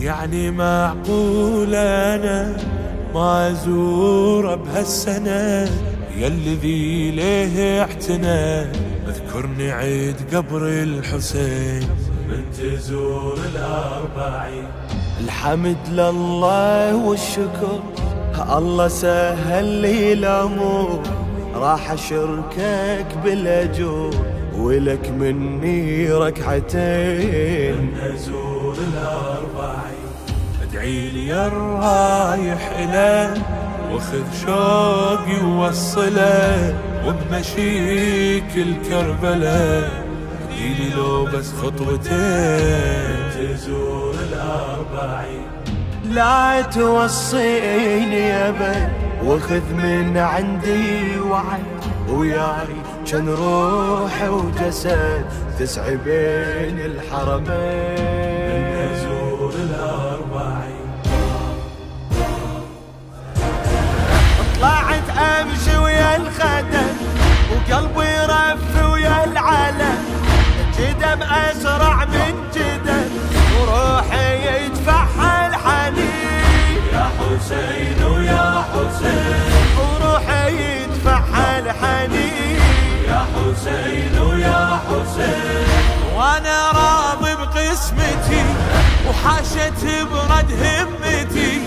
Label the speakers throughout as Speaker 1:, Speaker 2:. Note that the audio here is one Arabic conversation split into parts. Speaker 1: يعني معقول انا ما ازوره بهالسنه يلي ذي ليه اعتنى اذكرني عيد قبر الحسين من تزور الاربعين
Speaker 2: الحمد لله والشكر الله سهل لي الامور راح اشركك بالاجور ولك مني ركعتين
Speaker 1: ازور الاربعين ادعي لي يا الرايح اله وخذ شوقي ووصله وبمشيك الكربله ديلي لو بس خطوتين تزور الاربعين
Speaker 2: لا توصيني ابد وخذ من عندي وعد وياي جن روحي وجسد تسعي بين الحرمين
Speaker 1: تزور الاربعين
Speaker 2: طلعت امشي ويا الخدم وقلبي رف ويا العلم جدم اسرع من جدم وروحي يتفحل حنين
Speaker 1: يا حسين ويا حسين
Speaker 2: وروحي يتفحل حنين
Speaker 1: يا حسين ويا حسين
Speaker 2: وانا راضي بقسمتي وحاشت برد همتي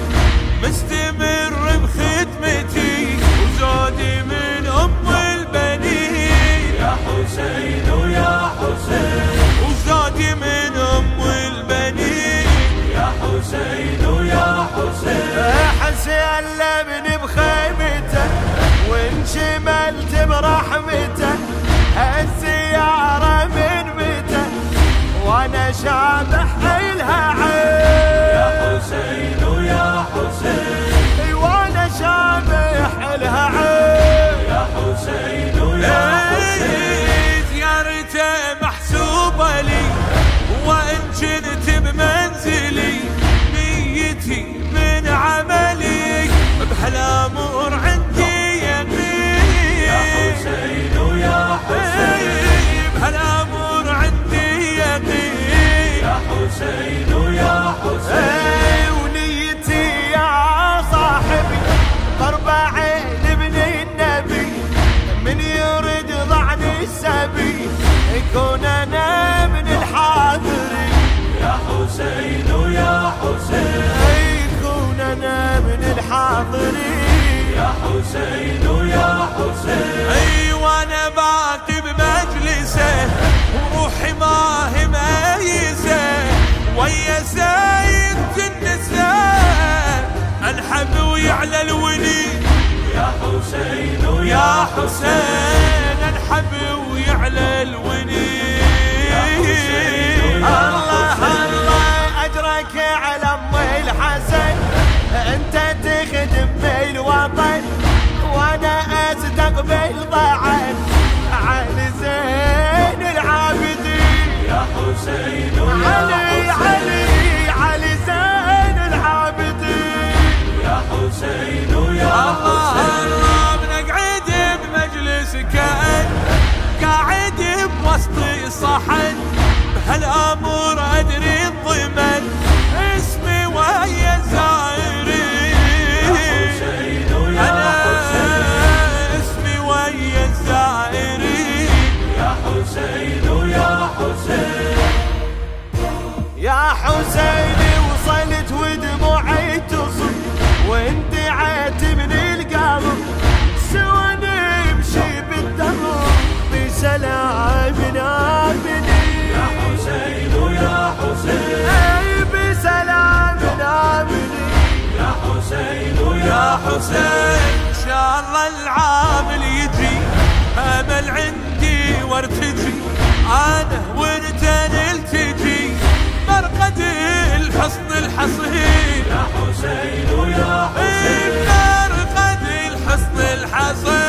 Speaker 2: مستمر بخدمتي وزودي من ام البنين
Speaker 1: يا حسين ويا حسين
Speaker 2: وزودي من ام البنين
Speaker 1: يا حسين ويا حسين
Speaker 2: حسين لمن بخيمته وانشملت برحمته هالزيارة من متى وانا شابح الها عين
Speaker 1: حسين ويا حسين
Speaker 2: اي وانا شابح لها عين
Speaker 1: يا حسين ويا
Speaker 2: إي زيارته محسوبة لي وان كنت بمنزلي نيتي من عملي بهالامور عندي يقين
Speaker 1: حسين ويا
Speaker 2: إي بهالامور عندي يقين
Speaker 1: حسين ويا حسين
Speaker 2: إي ونيتي يا صاحبي ضربة عين ابن النبي من يرد ضعن السبي يكون انا من الحاضرين
Speaker 1: يا حسين ويا حسين
Speaker 2: إي يكون انا من الحاضرين
Speaker 1: يا حسين ويا حسين
Speaker 2: اي وانا بات بمجلسه وروحي ما هي ميزه ويا سيد النساء انحب ويعلى الولي
Speaker 1: يا حسين ويا
Speaker 2: يا حسين انحب ويعلى الوني
Speaker 1: حسين، يا
Speaker 2: الله الله اجرك على ام الحسن انت تخدم بالوطن وانا اصدق بالطعن علي زين العابدين
Speaker 1: يا حسين ويا
Speaker 2: علي علي علي زين العابدين
Speaker 1: يا حسين ويا
Speaker 2: الله الله من اقعد بمجلس كأن قاعد بوسط صحن بهالامور ادري الضمن اسمي ويا زائرين
Speaker 1: حسين ويا
Speaker 2: انا اسمي ويا الزائرين
Speaker 1: يا حسين ويا حسين
Speaker 2: يا حسيني وصلت ودموعي تصب وانت عيت من القلب سوى نمشي بالدم بسلام آمني
Speaker 1: يا حسين ويا حسين
Speaker 2: أي بسلام آمني
Speaker 1: يا حسين ويا
Speaker 2: يا حسين إن شاء الله العامل يجي أمل عندي وارتجي أنا وانت نلتجي مرقد الحصن الحصين
Speaker 1: حسين ويا
Speaker 2: مرقد الحصن الحصين إيه،